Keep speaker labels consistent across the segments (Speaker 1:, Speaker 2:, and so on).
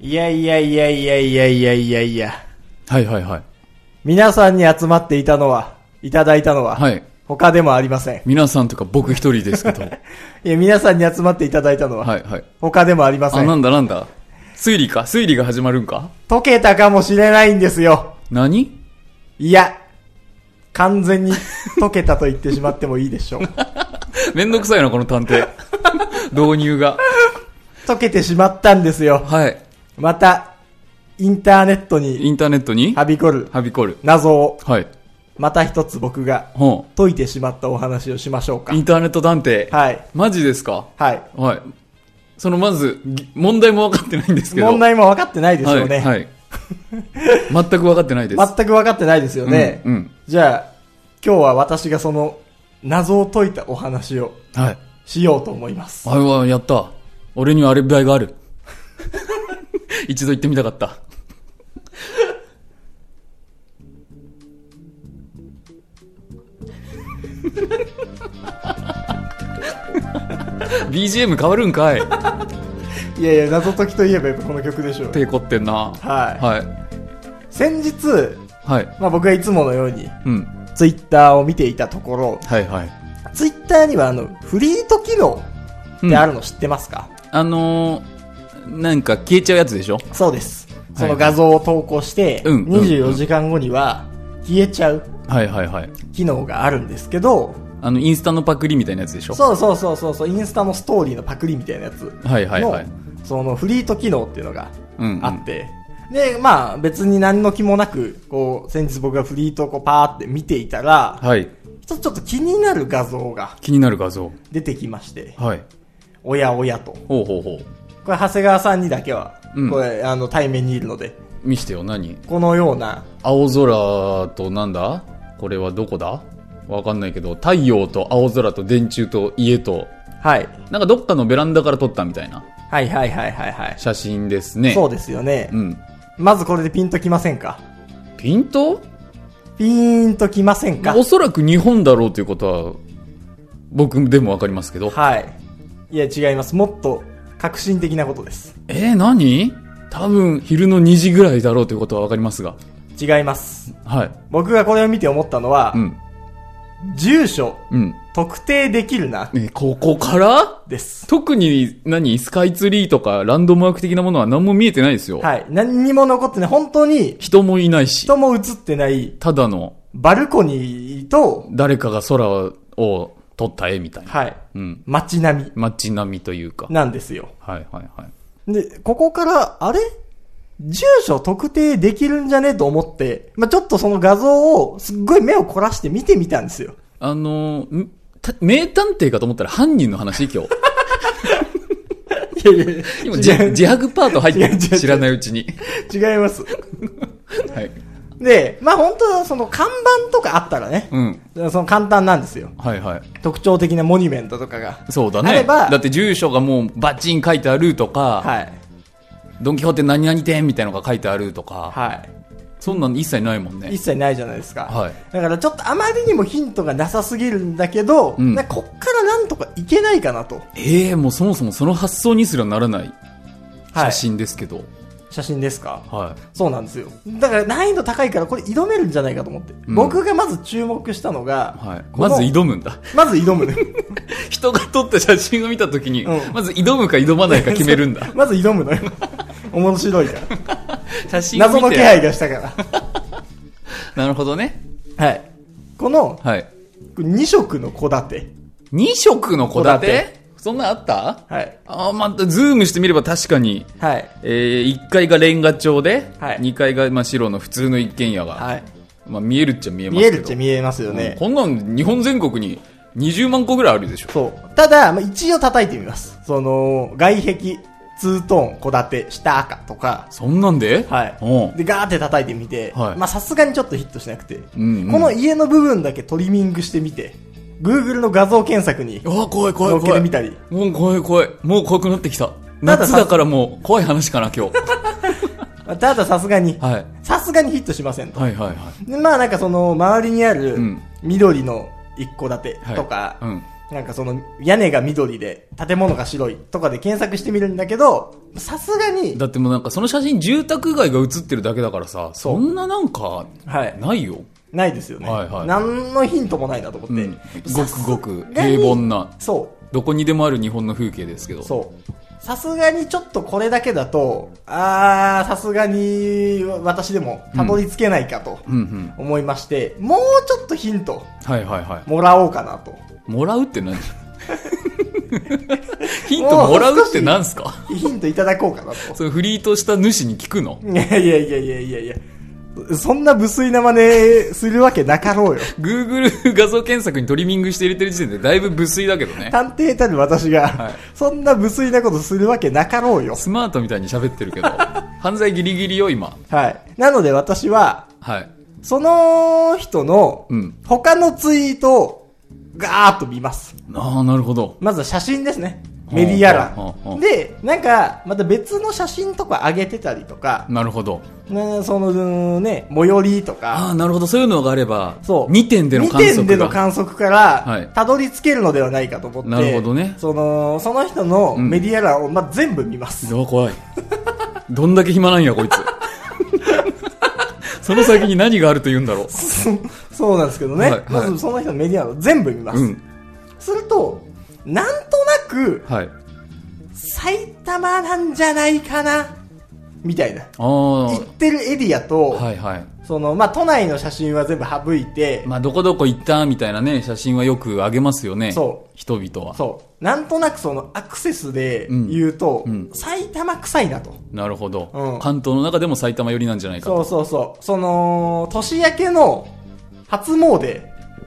Speaker 1: いやいやいやいやいやいやいやいや。
Speaker 2: はいはいはい。
Speaker 1: 皆さんに集まっていたのは、いただいたのは、
Speaker 2: はい。
Speaker 1: 他でもありません。
Speaker 2: 皆さんとか僕一人で すけど。はい
Speaker 1: や、皆さんに集まっていただいたのは、
Speaker 2: いはい。
Speaker 1: 他でもありませ。
Speaker 2: あ、なんんだなんだ。推理か推理が始まるんか
Speaker 1: 溶けたかもしれないんですよ。
Speaker 2: 何
Speaker 1: いや、完全に溶けたと言ってしまってもいいで しょう。
Speaker 2: めんどくさいな、この探 偵。導入が。
Speaker 1: 溶けてしまったんですよ。
Speaker 2: はい。
Speaker 1: また、インターネットに
Speaker 2: インターネットに
Speaker 1: はびこる
Speaker 2: はびこる。
Speaker 1: 謎を、
Speaker 2: はい。
Speaker 1: また一つ僕が
Speaker 2: ほ
Speaker 1: 解いてしまったお話をしましょうか
Speaker 2: う。イ。ンターネット探偵。
Speaker 1: はい。
Speaker 2: マジですか
Speaker 1: はい。
Speaker 2: はい。そのまず、ぎ問題も分かってないんですけど。
Speaker 1: 問題も分かってないですよね。
Speaker 2: はい。 はい、全く分かってないです。
Speaker 1: 全く分かってないですよね。
Speaker 2: うんうん
Speaker 1: じゃあ、今日は私がその謎を解いたお話を
Speaker 2: はい。
Speaker 1: しようと思います。
Speaker 2: あれは、やった。俺にはアリバイがある。 一度行ってみたかった。BGM 変わるんかい
Speaker 1: いやいや、謎解きといえばやっぱこの曲でしょう。
Speaker 2: 手凝ってんな。
Speaker 1: はい。
Speaker 2: はい。
Speaker 1: 先日、
Speaker 2: はい。
Speaker 1: まあ僕がいつものように、
Speaker 2: うん。
Speaker 1: ツイッターを見ていたところ、
Speaker 2: はいはい。
Speaker 1: ツイッターにはあの、フリート機能ってあるの知ってますか、
Speaker 2: あのー、なんか消えちゃうやつでしょ
Speaker 1: そうです。その
Speaker 2: はいは
Speaker 1: 画
Speaker 2: い
Speaker 1: 像を投稿して、
Speaker 2: うんうんうん
Speaker 1: 24時間後には消えちゃう
Speaker 2: はいはいはい。
Speaker 1: 機能があるんですけど、
Speaker 2: あの、インスタのパクリみたいなやつでしょ
Speaker 1: そうそうそうそうそう、インスタのストーリーのパクリみたいなやつの、
Speaker 2: はいはいはい
Speaker 1: そのフリート機能っていうのが
Speaker 2: うんうん
Speaker 1: あって、で、まあ別に何の気もなく、こう、先日僕がフリートをこうパーって見ていたら、
Speaker 2: はい。
Speaker 1: 一つちょっと気になる画像が
Speaker 2: 気になる画像。
Speaker 1: 出てきまして、
Speaker 2: はい。
Speaker 1: おやおやと。
Speaker 2: ほうほうほう。
Speaker 1: これ長谷川さんにだけは、
Speaker 2: うん
Speaker 1: これ、あの、対面にいるので、
Speaker 2: 見してよ、何
Speaker 1: このような、
Speaker 2: 青空となんだこれはどこだわかんないけど、太陽と青空と電柱と家と、
Speaker 1: はい。
Speaker 2: なんかどっかのベランダから撮ったみたいな
Speaker 1: はいはいはいはいはい。
Speaker 2: 写真ですね。
Speaker 1: そう
Speaker 2: う。
Speaker 1: ですよね。
Speaker 2: うん。
Speaker 1: まずこれでピンときませんか
Speaker 2: ピント
Speaker 1: ピーンときませんか
Speaker 2: おそらく日本だろうということは、僕でもわかりますけど。
Speaker 1: はい。いや、違います。もっと革新的なことです。
Speaker 2: えー、何多分昼の2時ぐらいだろうということはわかりますが。
Speaker 1: 違います。
Speaker 2: はい。
Speaker 1: 僕がこれを見て思ったのは、
Speaker 2: うん。
Speaker 1: 住所、
Speaker 2: うん。
Speaker 1: 特定できるな、
Speaker 2: ね、ここから
Speaker 1: です。
Speaker 2: 特に何スカイツリーとかランドマーク的なものは何も見えてないですよ。
Speaker 1: はい。何にも残ってない。本当に、
Speaker 2: 人もいないし、
Speaker 1: 人も映ってない、
Speaker 2: ただの
Speaker 1: バルコニーと、
Speaker 2: 誰かが空を撮った絵みたいな。
Speaker 1: はい。
Speaker 2: うん。
Speaker 1: 街並み、
Speaker 2: 街並みというか。
Speaker 1: なんですよ。
Speaker 2: はいはいはい。
Speaker 1: で、ここから、あれ住所特定できるんじゃねと思って、まあ、ちょっとその画像をすっごい目を凝らして見てみたんですよ。
Speaker 2: あのー、んた名探偵かと思ったら犯人の話 今日。
Speaker 1: いやいや
Speaker 2: 今自
Speaker 1: 違う
Speaker 2: 自白パート入って
Speaker 1: 違う違う
Speaker 2: る。
Speaker 1: 違う
Speaker 2: 知らないうちに。
Speaker 1: 違います。
Speaker 2: はい。
Speaker 1: で、まあ本当はその看板とかあったらね、
Speaker 2: うん。
Speaker 1: その簡単なんですよ。
Speaker 2: はいはい。
Speaker 1: 特徴的なモニュメントとかが。
Speaker 2: そうだ
Speaker 1: あれ
Speaker 2: ね。
Speaker 1: ば
Speaker 2: だって住所がもうバッチン書いてあるとか、
Speaker 1: はい。
Speaker 2: ドンキホーテ何々店みたいなのが書いてあるとか、
Speaker 1: は
Speaker 2: そんなの一切ないもん
Speaker 1: い。
Speaker 2: ね
Speaker 1: 一。切ないじゃないですか。
Speaker 2: はい
Speaker 1: だからちょっとあまりにもヒントがなさすぎるんだけど、
Speaker 2: うん
Speaker 1: なんかこっからなんとかいけないかなと。
Speaker 2: ええもうそもそもその発想にすらならない
Speaker 1: はい
Speaker 2: 写真ですけど。
Speaker 1: 写真ですか
Speaker 2: は
Speaker 1: そうなんですよ。だから難易度高いからこれ挑めるんじゃないかと思って。
Speaker 2: ん
Speaker 1: 僕がまず注目したのが、
Speaker 2: い。はい。
Speaker 1: この
Speaker 2: まず挑むんだ。
Speaker 1: まず挑むね。
Speaker 2: 人が撮った写真を見たときに、
Speaker 1: うん
Speaker 2: まず挑むか挑まないか 決める んだ。
Speaker 1: まず挑 むのよ。面白いから。
Speaker 2: 写真を見て
Speaker 1: 謎の気配がしたか
Speaker 2: なるほどね。
Speaker 1: ら。はい。この
Speaker 2: はい。
Speaker 1: 2色の戸建て。
Speaker 2: 二色の戸建て
Speaker 1: 戸
Speaker 2: そんなあった
Speaker 1: はい。
Speaker 2: ああ、また、ズームしてみれば確かに、
Speaker 1: はい。
Speaker 2: えー、1階がレンガ調で、
Speaker 1: はい
Speaker 2: 2階が、まあ、白の普通の一軒家が、
Speaker 1: はい。
Speaker 2: まあ、見えるっちゃ見えます
Speaker 1: 見
Speaker 2: け
Speaker 1: え
Speaker 2: ど。
Speaker 1: るっちゃ見えますよ
Speaker 2: う
Speaker 1: ね
Speaker 2: ん。こんなん日本全国に20万個ぐらいあるでしょ。
Speaker 1: そう。ただ、まあ、一応叩いてみます。その、外壁、ツートーン、戸建て、下赤とか。
Speaker 2: そんなんで
Speaker 1: はい
Speaker 2: うん。
Speaker 1: で、ガーって叩いてみて、
Speaker 2: はい
Speaker 1: まあさすがにちょっとヒットしなくて、
Speaker 2: んうん
Speaker 1: この家の部分だけトリミングしてみて、Google の画像検索に
Speaker 2: ああ、怖い怖い
Speaker 1: 乗っけ
Speaker 2: 怖
Speaker 1: て
Speaker 2: い。
Speaker 1: みたり、
Speaker 2: もう怖い怖い。もう怖くなってきた。
Speaker 1: だ
Speaker 2: 夏だからもう怖い話かな、 今日。
Speaker 1: まあたださすがに、
Speaker 2: はい。
Speaker 1: さすがにヒットしませんと。
Speaker 2: はいはいはい。
Speaker 1: でまあなんかその、周りにある
Speaker 2: うん
Speaker 1: 緑の一戸建てとか、
Speaker 2: うん
Speaker 1: なんかその屋根が緑で建物が白いとかで検索してみるんだけど、さすがに、
Speaker 2: だってもうなんかその写真住宅街が写ってるだけだからさ、
Speaker 1: そ
Speaker 2: そうそんななんか、
Speaker 1: はい
Speaker 2: ないよ。
Speaker 1: ないですよね。
Speaker 2: はいはい
Speaker 1: 何のヒントもないなと思って。
Speaker 2: うんごくごく
Speaker 1: さすがに
Speaker 2: 平凡な
Speaker 1: そ
Speaker 2: どこにでもある日本の風景ですけど。
Speaker 1: う、そう。さすがにちょっとこれだけだと、あー、さすがに私でもたどり着けないかと
Speaker 2: うんうん。
Speaker 1: 思いまして、もうちょっとヒント
Speaker 2: はいはいは
Speaker 1: もらおうかなと。
Speaker 2: い。もらうっ て何ヒントもらうって何すか
Speaker 1: ヒントいただこうかなと。
Speaker 2: それフリートした主に聞くの
Speaker 1: いやいやいやいやいやいや。そんな無粋な真似するわけなかろうよ。
Speaker 2: ?Google 画像検索にトリミングして入れてる時点でだいぶ無粋だけどね。
Speaker 1: 探偵たる私が、
Speaker 2: はい
Speaker 1: そんな無粋なことするわけなかろうよ。
Speaker 2: スマートみたいに喋ってるけど。犯罪ギリギリよ、今。
Speaker 1: はい。なので私は、
Speaker 2: はい。
Speaker 1: その人の
Speaker 2: うん、
Speaker 1: 他のツイートを、ガーッと見ます。
Speaker 2: ああ、なるほど。
Speaker 1: まずは写真ですね。
Speaker 2: ほう
Speaker 1: メディア
Speaker 2: ほうほうほ
Speaker 1: 欄。
Speaker 2: う
Speaker 1: で、なんか、また別の写真とか上げてたりとか、
Speaker 2: なるほど。
Speaker 1: ねその、うんね、最寄りとか、
Speaker 2: ああ、なるほど。そういうのがあれば、
Speaker 1: そう。
Speaker 2: 2点での観測が。
Speaker 1: 二点での観測か
Speaker 2: はい
Speaker 1: ら、たどり着けるのではないかと思って。
Speaker 2: なるほどね
Speaker 1: その、その人の
Speaker 2: うん
Speaker 1: メディア欄を、まあ、全部見ます。
Speaker 2: うわ怖い。どんだけ暇なんや、こいつ。その先に何があると言うんだろう。
Speaker 1: そうなんですけどね。
Speaker 2: はいはい
Speaker 1: まずその人のメディア欄を全部見ます。
Speaker 2: うん。
Speaker 1: すると、なんとなく、
Speaker 2: はい。
Speaker 1: 埼玉なんじゃないかな、みたいな。
Speaker 2: ああ。
Speaker 1: 行ってるエリアと、
Speaker 2: はいはい。
Speaker 1: その、まあ、都内の写真は全部省いて、
Speaker 2: まあ、どこどこ行ったみたいなね、写真はよくあげますよね。。
Speaker 1: そう
Speaker 2: 人々は。
Speaker 1: そう。なんとなくそのアクセスで言うと、
Speaker 2: うんうん
Speaker 1: 埼玉臭いなと。
Speaker 2: なるほど、
Speaker 1: うん
Speaker 2: 関東の中でも埼玉寄りなんじゃないか
Speaker 1: そ
Speaker 2: と。
Speaker 1: うそうそう。その、年明けの初詣、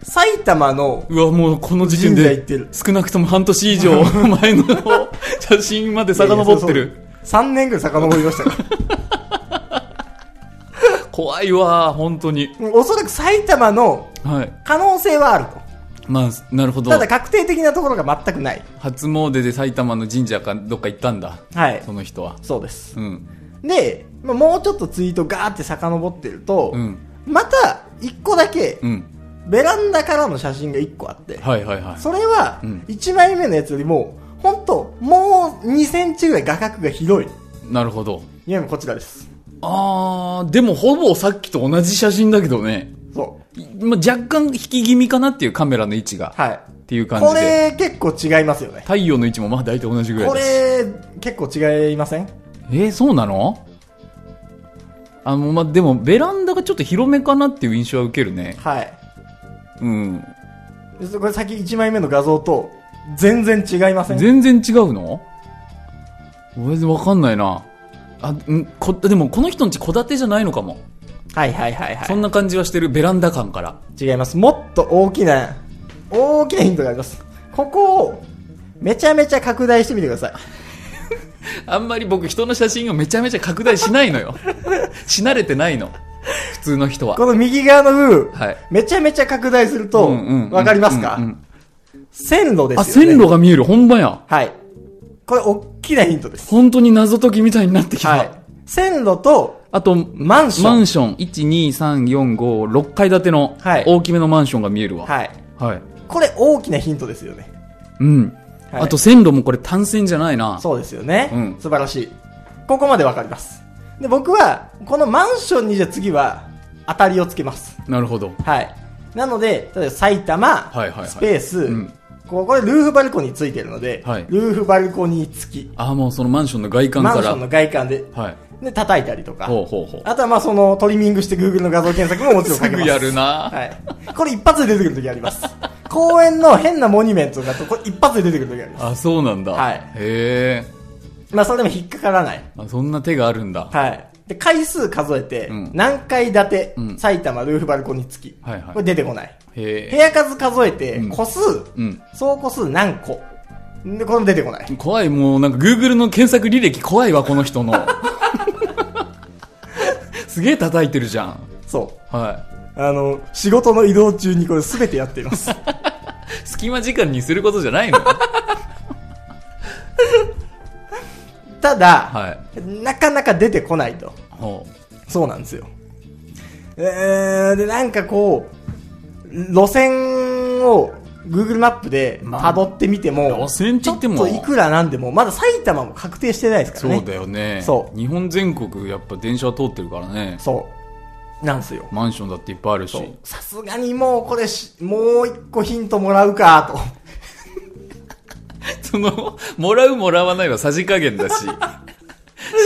Speaker 1: 埼玉の、
Speaker 2: うわ、もうこの時点
Speaker 1: 神社行
Speaker 2: で
Speaker 1: ってる、
Speaker 2: 少なくとも半年 以上前の写真まで遡ってる。
Speaker 1: 3年ぐらい遡りました か
Speaker 2: 怖いわ、本当に。
Speaker 1: ら。おそらく埼玉の
Speaker 2: はい。
Speaker 1: 可能性はあると。
Speaker 2: まあ、なるほど
Speaker 1: た。だ確定的なところが全くない。
Speaker 2: 初詣で埼玉の神社かどっか行ったんだ。
Speaker 1: はい。
Speaker 2: その人は。
Speaker 1: そうです。
Speaker 2: うん。
Speaker 1: で、まあもうちょっとツイートガーって遡ってると、
Speaker 2: うん
Speaker 1: また1個だけ、
Speaker 2: うん。
Speaker 1: ベランダからの写真が1個あって、
Speaker 2: はいはいはい。
Speaker 1: それは
Speaker 2: うん
Speaker 1: 1枚目のやつよりも、ほんと、もう2センチぐらい画角が広い。
Speaker 2: なるほど。
Speaker 1: いや、こちらです。
Speaker 2: あー、でもほぼさっきと同じ写真だけどね。
Speaker 1: そう。
Speaker 2: いまあ、若干引き気味かなっていうカメラの位置が。
Speaker 1: はい。
Speaker 2: っていう感
Speaker 1: こ
Speaker 2: じで。
Speaker 1: れ結構違いますよね。
Speaker 2: 太陽の位置もまあ大体同じぐらい
Speaker 1: こ
Speaker 2: だし。
Speaker 1: れ結構違いません
Speaker 2: えー、そうなのあの、まあ、でもベランダがちょっと広めかなっていう印象は受けるね。
Speaker 1: はい。
Speaker 2: うん。
Speaker 1: これ先1枚目の画像と全然違いません
Speaker 2: 全然違うの全然わかんないな。あ、んこ、でもこの人んち戸建てじゃないのかも。
Speaker 1: はいはいはいは
Speaker 2: そんな感じはしてるベランダ感から。
Speaker 1: い。違います。もっと大きな、大きなヒントがあります。ここをめちゃめちゃ拡大してみてください。
Speaker 2: あんまり僕人の写真をめちゃめちゃ拡大しない のよ。し慣れてないの。普通の人は。
Speaker 1: この右側の部分、
Speaker 2: はい
Speaker 1: めちゃめちゃ拡大すると、わ、
Speaker 2: うんうん
Speaker 1: かりますか、
Speaker 2: うんうん
Speaker 1: 線路で
Speaker 2: あ、
Speaker 1: すよね。
Speaker 2: 線路が見える。本番や。
Speaker 1: はい。これ大きなヒントです。
Speaker 2: 本当に謎解きみたいになってきた。
Speaker 1: はい。線路と
Speaker 2: あと、
Speaker 1: マンション
Speaker 2: マンション。1、2、3、4、5、6階建ての
Speaker 1: はい
Speaker 2: 大きめのマンションが見えるわ。
Speaker 1: はい。
Speaker 2: はい。
Speaker 1: これ大きなヒントですよね。
Speaker 2: うん。
Speaker 1: はい
Speaker 2: あと線路もこれ単線じゃないな。
Speaker 1: そうですよね。
Speaker 2: うん
Speaker 1: 素晴らしい。ここまでわかります。で、僕は、このマンションにじゃあ次は、当たりをつけます。
Speaker 2: なるほど。
Speaker 1: はい。なので、例えば埼玉、
Speaker 2: はいはいはい
Speaker 1: スペース、
Speaker 2: うん
Speaker 1: こうこれルーフバルコニーついてるので、
Speaker 2: はい
Speaker 1: ルーフバルコニー付き、
Speaker 2: ああ、もうそのマンションの外観
Speaker 1: マ
Speaker 2: か
Speaker 1: ンショ
Speaker 2: ら。
Speaker 1: ンの外観で、
Speaker 2: はい。
Speaker 1: で、叩いたりとか、
Speaker 2: ほうほうほう。
Speaker 1: あとはまあそのトリミングして Google の画像検索ももちろんか
Speaker 2: す
Speaker 1: けま
Speaker 2: ぐ
Speaker 1: す。
Speaker 2: やるな、
Speaker 1: はい。これ一発で出てくる時あります。公園の変なモニュメントだと、これ一発で出てくる時あります。
Speaker 2: あ、そうなんだ。
Speaker 1: はい
Speaker 2: へえ。
Speaker 1: まあそれでも引っかからない。
Speaker 2: あそんな手があるんだ。
Speaker 1: はい。で、回数数えて、
Speaker 2: うん
Speaker 1: 何階建て、
Speaker 2: ん
Speaker 1: 埼玉ルーフバルコニー付き。
Speaker 2: はいはい
Speaker 1: これ出てこない。
Speaker 2: へ
Speaker 1: 部
Speaker 2: え。
Speaker 1: 屋数数えて
Speaker 2: うん、
Speaker 1: 個数、
Speaker 2: うん。
Speaker 1: 総個数何個。で、これも出てこない。
Speaker 2: 怖い、もうなんか Google の検索履歴怖いわ、この人の。 すげえ叩いてるじゃん。
Speaker 1: そう。
Speaker 2: はい。
Speaker 1: あの、仕事の移動中にこれ全てやっています。
Speaker 2: 隙間時間にすることじゃないの
Speaker 1: ただ、
Speaker 2: はい。
Speaker 1: なかなか出てこないと。
Speaker 2: ほ
Speaker 1: そうなんですよ。えー、で、なんかこう、路線を Google マップで
Speaker 2: まあ
Speaker 1: 辿ってみても、
Speaker 2: 路線って
Speaker 1: ちょ
Speaker 2: 言っ
Speaker 1: って
Speaker 2: も
Speaker 1: といくらなんでも、まだ埼玉も確定してないですからね。
Speaker 2: そうだよね。
Speaker 1: そう
Speaker 2: 日本全国、やっぱ電車は通ってるからね。
Speaker 1: そう。なんすよ。
Speaker 2: マンションだっていっぱいあるし
Speaker 1: そ。うさすがにもうこれし、もう一個ヒントもらうか、と。
Speaker 2: その、もらうもらわないはさじ加減だし。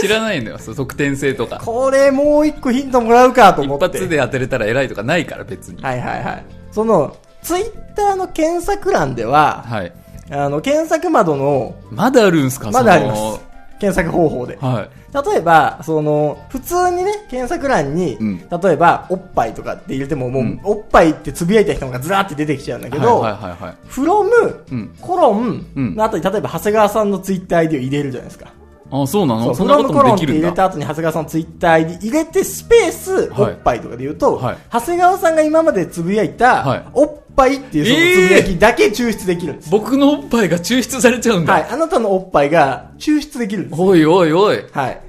Speaker 2: 知らないのよ、そう得点制とか。
Speaker 1: これもう一個ヒントもらうかと思
Speaker 2: 一
Speaker 1: って。
Speaker 2: 発で当てれたら偉いとかないから、別に。
Speaker 1: はいはいはい。その、ツイッターの検索欄では、
Speaker 2: はい。
Speaker 1: あの、検索窓の、
Speaker 2: まだあるんすか
Speaker 1: まだありま
Speaker 2: そ
Speaker 1: す。検索方法で。
Speaker 2: のはい。
Speaker 1: 例えば、その、普通にね、検索欄に、
Speaker 2: うん
Speaker 1: 例えば、おっぱいとかって入れても、もう、
Speaker 2: うん
Speaker 1: おっぱいってつぶやいた人がずらーって出てきちゃうんだけど、
Speaker 2: はいはいはいはい。
Speaker 1: from、
Speaker 2: うん
Speaker 1: コロ
Speaker 2: う
Speaker 1: ン
Speaker 2: ん
Speaker 1: の後に、例えば、長谷川さんのツイッター ID を入れるじゃないですか。
Speaker 2: あ、そうなのそ
Speaker 1: そ
Speaker 2: ん
Speaker 1: う、
Speaker 2: な
Speaker 1: from
Speaker 2: こと
Speaker 1: コロン
Speaker 2: も
Speaker 1: って
Speaker 2: でき
Speaker 1: 入
Speaker 2: るん
Speaker 1: れ
Speaker 2: だ。
Speaker 1: た後に、長谷川さんのツイッター ID 入れて、スペース、
Speaker 2: はい
Speaker 1: おっぱいとかで言うと、
Speaker 2: はい
Speaker 1: 長谷川さんが今までつぶやいた、
Speaker 2: はい
Speaker 1: おっぱいっていうそのつぶやきだけ抽出できるんです。
Speaker 2: 僕のおっぱいが抽出されちゃうんだ。
Speaker 1: はい、あなたのおっぱいが抽出できるんです。
Speaker 2: おいおいおい。
Speaker 1: はい。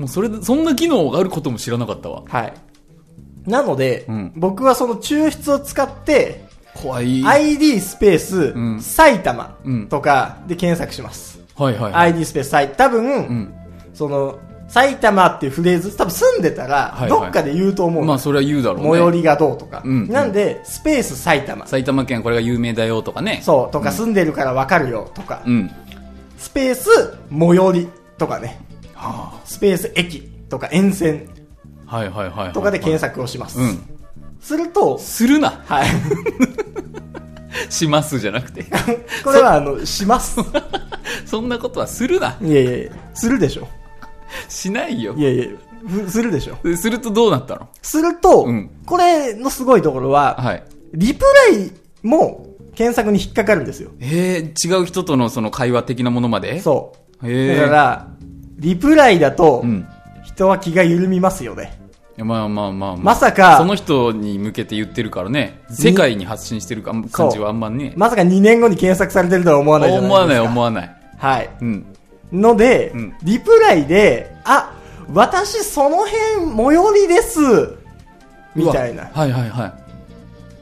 Speaker 2: もうそれで、そんな機能があることも知らなかったわ。
Speaker 1: はい。なので、
Speaker 2: うん
Speaker 1: 僕はその抽出を使って、
Speaker 2: 怖い。はい
Speaker 1: ID スペース、
Speaker 2: ん
Speaker 1: 埼玉とかで検索します。
Speaker 2: はいはい。
Speaker 1: ID スペース埼多分、
Speaker 2: うん。
Speaker 1: その、埼玉っていうフレーズ、多分住んでたら
Speaker 2: い、はい
Speaker 1: どっかで言うと思う。
Speaker 2: まあそれは言うだろうね。
Speaker 1: 最寄りがどうとか。
Speaker 2: うん
Speaker 1: なんで、スペース埼玉。
Speaker 2: 埼玉県これが有名だよとかね。
Speaker 1: そう、とか住んでるからわかるよとか。
Speaker 2: うん。
Speaker 1: スペース最寄りとかね。
Speaker 2: は
Speaker 1: スペース駅とか沿線
Speaker 2: あ、はいはいはいはい。
Speaker 1: とかで検索をします。
Speaker 2: うん。
Speaker 1: すると、
Speaker 2: するな。
Speaker 1: はい。
Speaker 2: しますじゃなくて。
Speaker 1: これはあの、します。
Speaker 2: そんなことはするな。
Speaker 1: いやいやいやするでしょ。
Speaker 2: しないよ
Speaker 1: い。やいや、ふするでしょ。
Speaker 2: するとどうなったの
Speaker 1: すると、
Speaker 2: うん
Speaker 1: これのすごいところは、
Speaker 2: はい。
Speaker 1: リプライも検索に引っかかるんですよ。
Speaker 2: えー、違う人とのその会話的なものまで。
Speaker 1: そうう。
Speaker 2: え
Speaker 1: だ
Speaker 2: ー、
Speaker 1: から、リプライだと、
Speaker 2: うん。い
Speaker 1: 人は気が緩みますよね。
Speaker 2: やまあまあまあまあ。
Speaker 1: まさか
Speaker 2: その人に向けて言ってるからね。世界に発信してるか感じはあんまね。
Speaker 1: まさか2年後に検索されてるとは思わないじゃないで
Speaker 2: 思
Speaker 1: すか。
Speaker 2: わない思わない。
Speaker 1: はい。
Speaker 2: うん。
Speaker 1: ので、
Speaker 2: うん
Speaker 1: リプライで、あ、私その辺最寄りです。みたいう
Speaker 2: わ
Speaker 1: な。
Speaker 2: はいはいは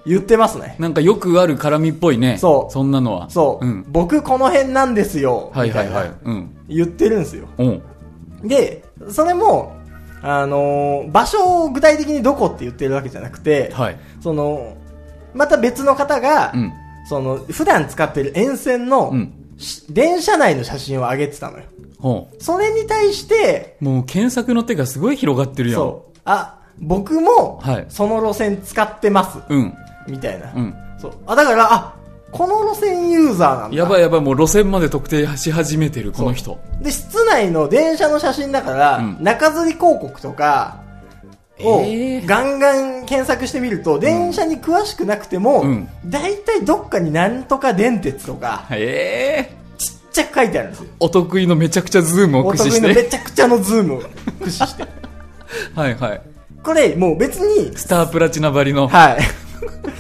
Speaker 2: い。
Speaker 1: 言ってますね。
Speaker 2: なんかよくある絡みっぽいね。
Speaker 1: そう
Speaker 2: そんなのは。
Speaker 1: そう、
Speaker 2: うん。
Speaker 1: 僕この辺なんですよ。
Speaker 2: はいはいは
Speaker 1: み
Speaker 2: い
Speaker 1: たな。
Speaker 2: うん。
Speaker 1: 言ってるんですよ。
Speaker 2: うん。
Speaker 1: で、それも、あのー場所を具体的にどこって言ってるわけじゃなくて、
Speaker 2: はい。
Speaker 1: その、また別の方が、
Speaker 2: うん。
Speaker 1: その、普段使ってる沿線の、
Speaker 2: うん
Speaker 1: し電車内の写真を上げてたのよ。
Speaker 2: ほ
Speaker 1: それに対して、
Speaker 2: う。もう検索の手がすごい広がってるやん。
Speaker 1: そう、あ、僕も
Speaker 2: はい、
Speaker 1: その路線使ってます、
Speaker 2: うん。
Speaker 1: みたいな、
Speaker 2: うん。
Speaker 1: そう。あ、だから、あ、この路線ユーザーなんだ。
Speaker 2: やばいやばい、もう路線まで特定し始めてる、この人。
Speaker 1: で、室内の電車の写真だから、
Speaker 2: うん
Speaker 1: 中吊り広告とかを
Speaker 2: えー
Speaker 1: ガンガン検索してみると、電車に詳しくなくても、
Speaker 2: うん
Speaker 1: 大体どっかになんとか電鉄とか、
Speaker 2: ええ
Speaker 1: ちっちゃく書いてあるんですよ。
Speaker 2: お得意のめちゃくちゃズームを
Speaker 1: お得
Speaker 2: 駆使
Speaker 1: 意
Speaker 2: し
Speaker 1: のめ
Speaker 2: て。
Speaker 1: ちゃくちゃのズームを駆使 して。
Speaker 2: はいはい。
Speaker 1: これ、もう別に、
Speaker 2: スタープラチナばりの、
Speaker 1: はい。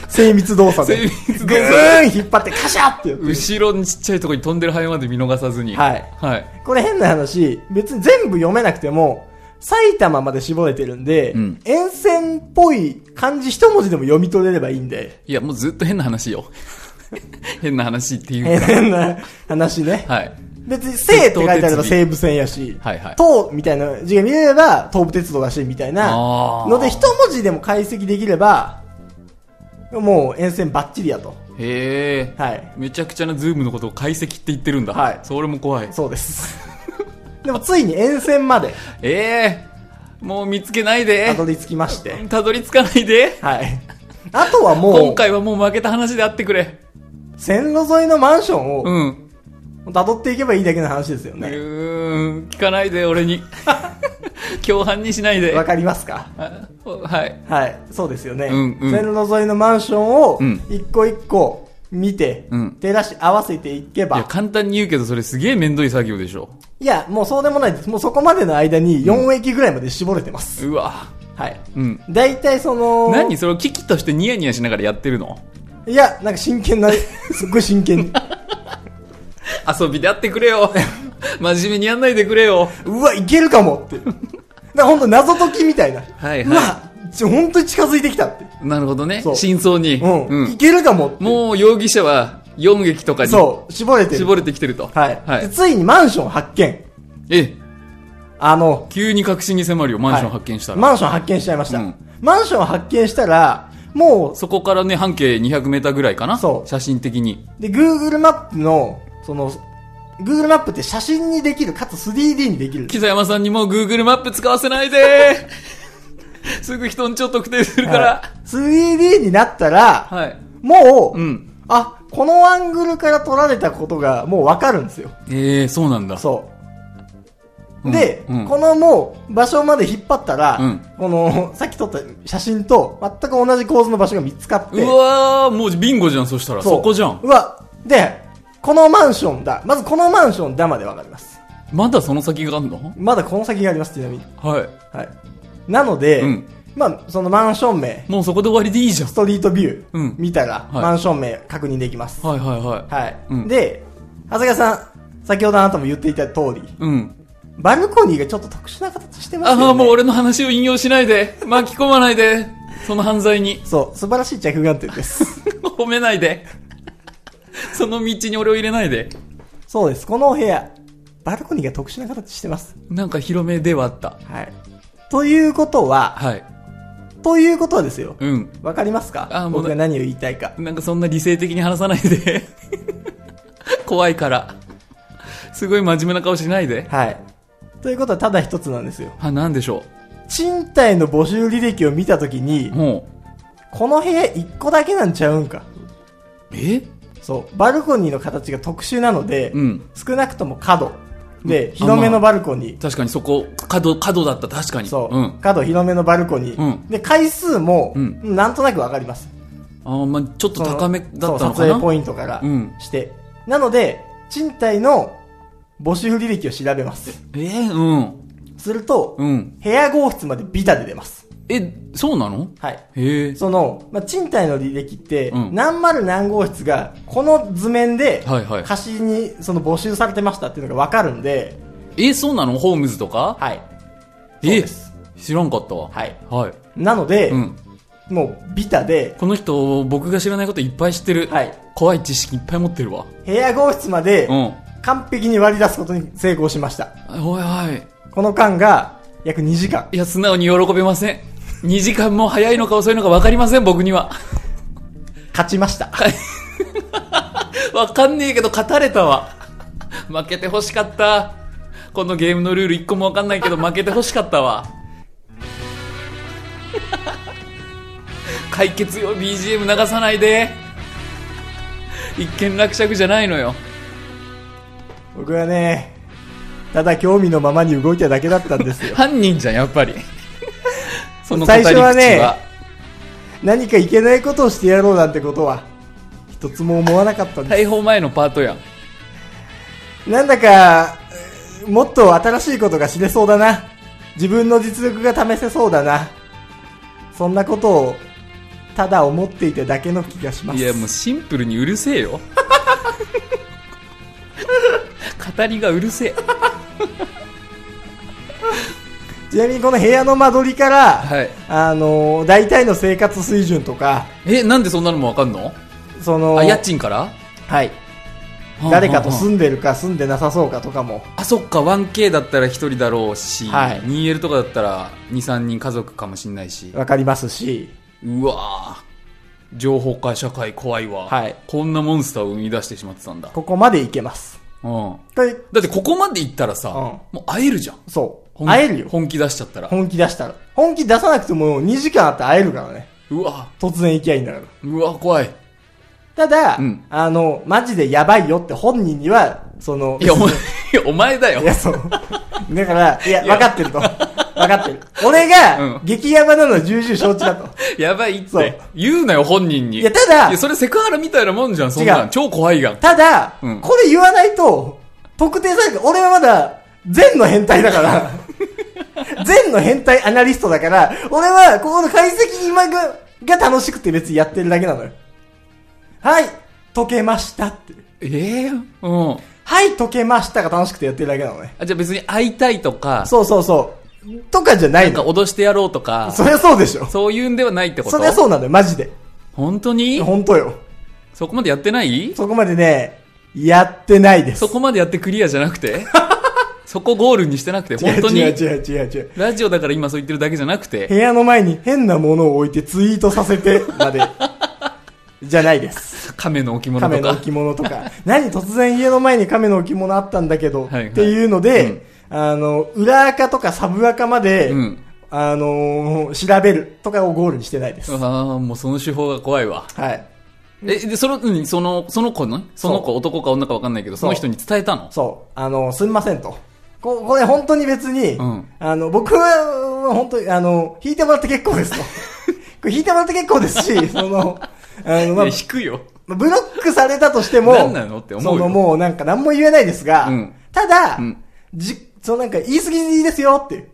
Speaker 1: 精密動作で。
Speaker 2: 精密動作
Speaker 1: ぐーん引っ張ってカシャってやってる。
Speaker 2: 後ろにちっちゃいとこに飛んでる範囲まで見逃さずに。
Speaker 1: はい
Speaker 2: はい。
Speaker 1: これ変な話、別に全部読めなくても、埼玉まで絞れてるんで、
Speaker 2: うん
Speaker 1: 沿線っぽい漢字一文字でも読み取れればいいんで、
Speaker 2: いや、もうずっと変な話よ。 変な話っていうか。
Speaker 1: 変な話ね。
Speaker 2: はい。
Speaker 1: 別に、西って書いてあれば西武線やし、
Speaker 2: はいはい
Speaker 1: 東みたいな字が見れれば東武鉄道だし、みたいな。
Speaker 2: あー
Speaker 1: ので、一文字でも解析できれば、もう沿線バッチリやと。
Speaker 2: へえ。
Speaker 1: はい。
Speaker 2: めちゃくちゃなズームのことを解析って言ってるんだ。
Speaker 1: はい
Speaker 2: それも怖い。
Speaker 1: そうです。 でも、ついに沿線まで
Speaker 2: ええもう見つけないで
Speaker 1: た。どり着きまして。
Speaker 2: たどり着かないで。
Speaker 1: はい。あとはも
Speaker 2: 今
Speaker 1: う、
Speaker 2: 回はもう負けた話であってくれ。
Speaker 1: 線路沿いのマンションを、
Speaker 2: うん。
Speaker 1: 辿っていけばいいだけの話ですよ
Speaker 2: う
Speaker 1: ね。
Speaker 2: ーん、聞かないで、俺に。共犯にしないで。
Speaker 1: わかりますか
Speaker 2: あはい。
Speaker 1: はい、そうですよね。
Speaker 2: うんうん
Speaker 1: 線路沿いのマンションを
Speaker 2: うん、
Speaker 1: 一個一個見て、
Speaker 2: うん
Speaker 1: 照らし合わせていけ
Speaker 2: いや、
Speaker 1: ば、
Speaker 2: 簡単に言うけど、それすげえめんどい作業でしょ。
Speaker 1: いや、もうそうでもないです。もうそこまでの間に4駅ぐらいまで絞れてます。
Speaker 2: うわ。
Speaker 1: はい。
Speaker 2: うん。
Speaker 1: だいたいその、
Speaker 2: 何それを危機としてニヤニヤしながらやってるの
Speaker 1: いや、なんか真剣な、すっごい真剣に。
Speaker 2: 遊びでやってく れよ。真面目にやんないでくれよ。
Speaker 1: うわ、いけるかもって。なんかほんと謎解きみたいな。
Speaker 2: はいうはい。
Speaker 1: わ、ち本当に近づいてきたって。
Speaker 2: なるほどね
Speaker 1: そ。う
Speaker 2: 真相に。
Speaker 1: うん。
Speaker 2: うん
Speaker 1: いけるかもって。
Speaker 2: もう容疑者は4撃とかに
Speaker 1: そう、絞れてる。
Speaker 2: 絞れてきてると。
Speaker 1: はい、
Speaker 2: は
Speaker 1: で
Speaker 2: い。
Speaker 1: ついにマンション発見。
Speaker 2: え、
Speaker 1: あの、
Speaker 2: 急に確信に迫るよ、マンション発見したら。
Speaker 1: マンション発見しちゃいました。
Speaker 2: うん
Speaker 1: マンション発見したら、も
Speaker 2: そこからね、半径200メーターぐらいかな。
Speaker 1: そう
Speaker 2: 写真的に。
Speaker 1: う、で、Google マップの、その、Google マップって写真にできる、かつ 3D にできる。
Speaker 2: 木佐山さんにもう Google マップ使わせない ですぐ人んちを特定するから。
Speaker 1: はい 3D になったら、
Speaker 2: はい。
Speaker 1: もう、
Speaker 2: うん。
Speaker 1: あ、このアングルから撮られたことがもうわかるんですよ。
Speaker 2: ええそうなんだ。
Speaker 1: そう。
Speaker 2: うん
Speaker 1: で、
Speaker 2: うん
Speaker 1: このもう場所まで引っ張ったら、
Speaker 2: うん
Speaker 1: この さっき撮った写真と全く同じ構図の場所が見つかっ
Speaker 2: う
Speaker 1: て、
Speaker 2: わー、もうビンゴじゃん、そしたら。
Speaker 1: そう
Speaker 2: そこじゃん。
Speaker 1: うわ、で、このマンションだ。まずこのマンションだまでわかります。
Speaker 2: まだその先があんの
Speaker 1: まだこの先があります、ちなみに。
Speaker 2: は
Speaker 1: はい。なので、
Speaker 2: うん
Speaker 1: まあ、そのマンション名
Speaker 2: い。、もうそこで終わりでいいじゃん
Speaker 1: ス。トリートビュ
Speaker 2: う
Speaker 1: ー
Speaker 2: ん
Speaker 1: 見たら、
Speaker 2: はい
Speaker 1: マンション名確認できます。
Speaker 2: はいはいはい。
Speaker 1: はい。
Speaker 2: うん
Speaker 1: で、長谷川さん、先ほどあなたも言っていた通り、
Speaker 2: うん。
Speaker 1: バルコニーがちょっと特殊な形してますよね。。
Speaker 2: ああ、もう俺の話を引用しないで。巻き込まないで。その犯罪に
Speaker 1: そう、素晴らしい着眼点 です。
Speaker 2: 褒めないで。その道に俺を入れないで。
Speaker 1: そうです、このお部屋、バルコニーが特殊な形してます。
Speaker 2: なんか広めではあった。
Speaker 1: はい。ということは、
Speaker 2: はい。
Speaker 1: ということはですよ。
Speaker 2: うん。
Speaker 1: わかりますか
Speaker 2: あもう
Speaker 1: 僕が何を言いたいか。
Speaker 2: なんかそんな理性的に話さないで。 怖いから。すごい真面目な顔しないで。
Speaker 1: はい。ということはただ一つなんですよ。
Speaker 2: あ、なんでしょ
Speaker 1: 賃貸の募集履歴を見たときに
Speaker 2: う。、も
Speaker 1: この部屋一個だけなんちゃうんか。
Speaker 2: う。え
Speaker 1: そう、バルコニーの形が特殊なので、
Speaker 2: うん。
Speaker 1: 少なくとも角。で、
Speaker 2: ん
Speaker 1: 広めのバルコニー。
Speaker 2: 確かにそこ、角、角だった、確かに。
Speaker 1: そう、
Speaker 2: ん。
Speaker 1: 角広めのバルコニー。
Speaker 2: うん
Speaker 1: で、回数も、
Speaker 2: うん
Speaker 1: なんとなくわかります。
Speaker 2: あまあちょっと高めだったのか
Speaker 1: そう
Speaker 2: な
Speaker 1: 撮影ポイントから
Speaker 2: うん
Speaker 1: して。なので、賃貸の募集履歴を調べます。
Speaker 2: えーうん。
Speaker 1: すると、
Speaker 2: うん。
Speaker 1: 部屋号室までビタで出ます。
Speaker 2: え、そうなの
Speaker 1: はい。
Speaker 2: へえ。
Speaker 1: その、まあ、賃貸の履歴って、
Speaker 2: うん
Speaker 1: 何丸何号室が、この図面で、
Speaker 2: はいはい
Speaker 1: 貸しに、その募集されてましたっていうのがわかるんで、
Speaker 2: え、そうなのホームズとか
Speaker 1: はい。そう
Speaker 2: え
Speaker 1: です。
Speaker 2: 知らんかったわ。
Speaker 1: はい。
Speaker 2: はい。
Speaker 1: なので、
Speaker 2: うん。
Speaker 1: もう、ビタで、
Speaker 2: この人、僕が知らないこといっぱい知ってる。
Speaker 1: はい。
Speaker 2: 怖い知識いっぱい持ってるわ。
Speaker 1: 部屋号室まで
Speaker 2: う、ん。
Speaker 1: 完璧に割り出すことに成功しました。
Speaker 2: おいおい。
Speaker 1: この間が、約2時間。
Speaker 2: いや、素直に喜べません。2時間も早いのか遅いのか分かりません、僕には。
Speaker 1: 勝ちました。
Speaker 2: 分かんねえけど、勝たれたわ。負けて欲しかった。このゲームのルール1個も分かんないけど、負けて欲しかったわ。解決よ、BGM 流さないで。一見落着じゃないのよ。
Speaker 1: 僕はね、ただ興味のままに動いただけだったんです よ。
Speaker 2: 犯人じゃん、やっぱり。その語
Speaker 1: 最
Speaker 2: り口
Speaker 1: 初は
Speaker 2: は。
Speaker 1: ね何かいけないことをしてやろうなんてことは、一つも思わなかったんで
Speaker 2: 逮捕前のパートやん。
Speaker 1: す。なんだか、えーもっと新しいことが知れそうだな。自分の実力が試せそうだな。そんなことを、ただ思っていただけの気がします。
Speaker 2: いやもうシンプルにうるせ えよ語りがうるせえ
Speaker 1: ちなみにこの部屋の間取りから、
Speaker 2: はい
Speaker 1: あのー大体の生活水準とか、
Speaker 2: えなんでそんなのもわかんの
Speaker 1: その、
Speaker 2: あ家賃から
Speaker 1: はい。誰かと
Speaker 2: ん
Speaker 1: 住んでるか住んでなさそうかとかも、
Speaker 2: あそっか 1K だったら1人だろうし、
Speaker 1: はい
Speaker 2: 2L とかだったら23人家族かもしんないし
Speaker 1: わかりますし、
Speaker 2: うわー情報化社会怖いわ、
Speaker 1: はい
Speaker 2: こんなモンスターを生み出してしまってたんだ、
Speaker 1: ここまでいけます。
Speaker 2: うん、
Speaker 1: これ、
Speaker 2: だってここまで行ったらさ、
Speaker 1: ん
Speaker 2: もう会えるじゃん
Speaker 1: そう。
Speaker 2: 本
Speaker 1: 会えるよ。
Speaker 2: 本気出しちゃったら
Speaker 1: 本気出したら。本気出さなくても2時間あって会えるからね。
Speaker 2: うわ
Speaker 1: 突然行きゃいいんだから。
Speaker 2: うわ怖い
Speaker 1: ただ、
Speaker 2: うん
Speaker 1: あの、マジでやばいよって本人には、その、
Speaker 2: いやお前お前だよ
Speaker 1: いや、そう。だから、いや、
Speaker 2: いや
Speaker 1: 分かってると。分かってる。俺
Speaker 2: うん
Speaker 1: が、激ヤバなのは重々承知だと。
Speaker 2: やばいっ
Speaker 1: そう
Speaker 2: て。言うなよ、本人に。
Speaker 1: いや、た
Speaker 2: いや
Speaker 1: だ、
Speaker 2: それセクハラみたいなもんじゃん、そんな
Speaker 1: 違
Speaker 2: ん。
Speaker 1: う
Speaker 2: 超怖いがん。
Speaker 1: ただ、
Speaker 2: うん
Speaker 1: これ言わないと、特定される。俺はまだ、善の変態だ から。善の変態アナリストだから、俺は、ここの解析今が、が楽しくて別にやってるだけなのよ。はい、解けましたって。
Speaker 2: ええうん。
Speaker 1: はい、解けましたが楽しくてやってるだけなのね。
Speaker 2: あ、じゃあ別に会いたいとか、
Speaker 1: そうそうそとかじゃない
Speaker 2: なんか
Speaker 1: の。
Speaker 2: 脅してやろうとか、
Speaker 1: そりゃそうでしょ。
Speaker 2: そういうんではないってこと
Speaker 1: そりゃそうなんだよ、マジで。
Speaker 2: 本当に
Speaker 1: 本当よ。
Speaker 2: そこまでやってない
Speaker 1: そこまでね、やってないです。
Speaker 2: そこまでやってクリアじゃな くてそこゴールにしてなくて
Speaker 1: 違う
Speaker 2: 本当に
Speaker 1: 違う違う違う違う。
Speaker 2: ラジオだから今そう言ってるだけじゃなく
Speaker 1: 部
Speaker 2: て
Speaker 1: 屋の前に変なものを置いてツイートさせ てまで、じゃないです。
Speaker 2: 亀の置物
Speaker 1: 亀
Speaker 2: と
Speaker 1: の
Speaker 2: か
Speaker 1: 置物と か。何突然家の前に亀の置物あったんだけど、
Speaker 2: はいはい
Speaker 1: っていうので、あの、裏垢とかサブ垢まで、
Speaker 2: うん
Speaker 1: あのー調べるとかをゴールにしてないです。
Speaker 2: ああもうその手法が怖いわ
Speaker 1: はい。
Speaker 2: えでそのうんそのその子のその
Speaker 1: そ
Speaker 2: 子男か女か分かんないけど
Speaker 1: そ
Speaker 2: そうの人に伝えたの
Speaker 1: そう。あの、すみませんと。ここれ本当に別に、
Speaker 2: うん
Speaker 1: あの、僕は本当に、あの、弾いてもらって結構 ですと。これ弾いてもらって結構ですし、その、あの、まあ
Speaker 2: いや、引くよ
Speaker 1: まあブロックされたとしても、
Speaker 2: 何なのって思うよ
Speaker 1: そのもうなんか何も言えないですが、
Speaker 2: うん
Speaker 1: ただ、
Speaker 2: うん
Speaker 1: じ、そのなんか言い過ぎですよっていう。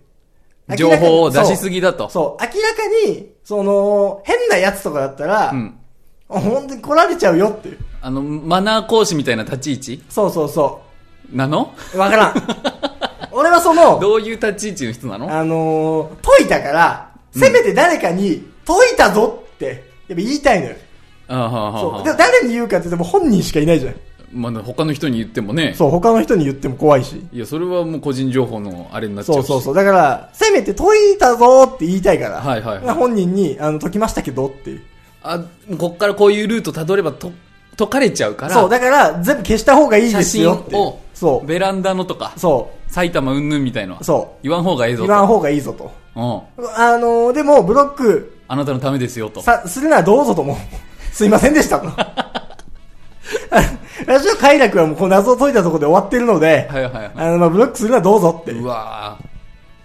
Speaker 2: 情報を出しす
Speaker 1: ぎ
Speaker 2: ぎだと
Speaker 1: そう。そう明らかに、その、変なやつとかだったら、
Speaker 2: ん
Speaker 1: 本当に来られちゃうよっていう。
Speaker 2: あのマナー講師みたいな立ち位置
Speaker 1: そうそうそ
Speaker 2: なの
Speaker 1: う。わから ん。俺はその、
Speaker 2: どういう立ち位置の人なの
Speaker 1: あのー解いたから、せめて誰かに、解いたぞって、やっぱ言いたいのよ。
Speaker 2: ああはあはあ
Speaker 1: そう。で
Speaker 2: はあ
Speaker 1: 誰に言うかって言っても本人しかいないじゃん。
Speaker 2: まあ他の人に言ってもね
Speaker 1: そう、他の人に言っても怖いし。
Speaker 2: いやそれはもう個人情報のあれになっちゃう
Speaker 1: そ
Speaker 2: し
Speaker 1: うそうそう。だから、せめて解いたぞって言いたいから、
Speaker 2: はいはいはい
Speaker 1: 本人に、あの、解きましたけどっていう。
Speaker 2: あ、もうこっからこういうルートたどればと、解かれちゃうから、
Speaker 1: そう、だから、全部消した方がいいで
Speaker 2: 写
Speaker 1: す
Speaker 2: 真
Speaker 1: よっていう。
Speaker 2: を、
Speaker 1: そう。
Speaker 2: ベランダのとか、
Speaker 1: そ
Speaker 2: 埼玉うんぬんみたいのは
Speaker 1: う。、そう。
Speaker 2: 言わん方がええぞ
Speaker 1: 言
Speaker 2: と。
Speaker 1: わん方がいいぞと。
Speaker 2: うん。
Speaker 1: あのーでも、ブロック
Speaker 2: あなたのためですよと。
Speaker 1: さ、するならどうぞとも。 すいませんでしたと。 ラジオ快楽はもうこの謎を解いたところで終わってるので、
Speaker 2: はいはいは
Speaker 1: あの、まあ、ブロックするならどうぞって
Speaker 2: い。
Speaker 1: いうう。
Speaker 2: わぁ。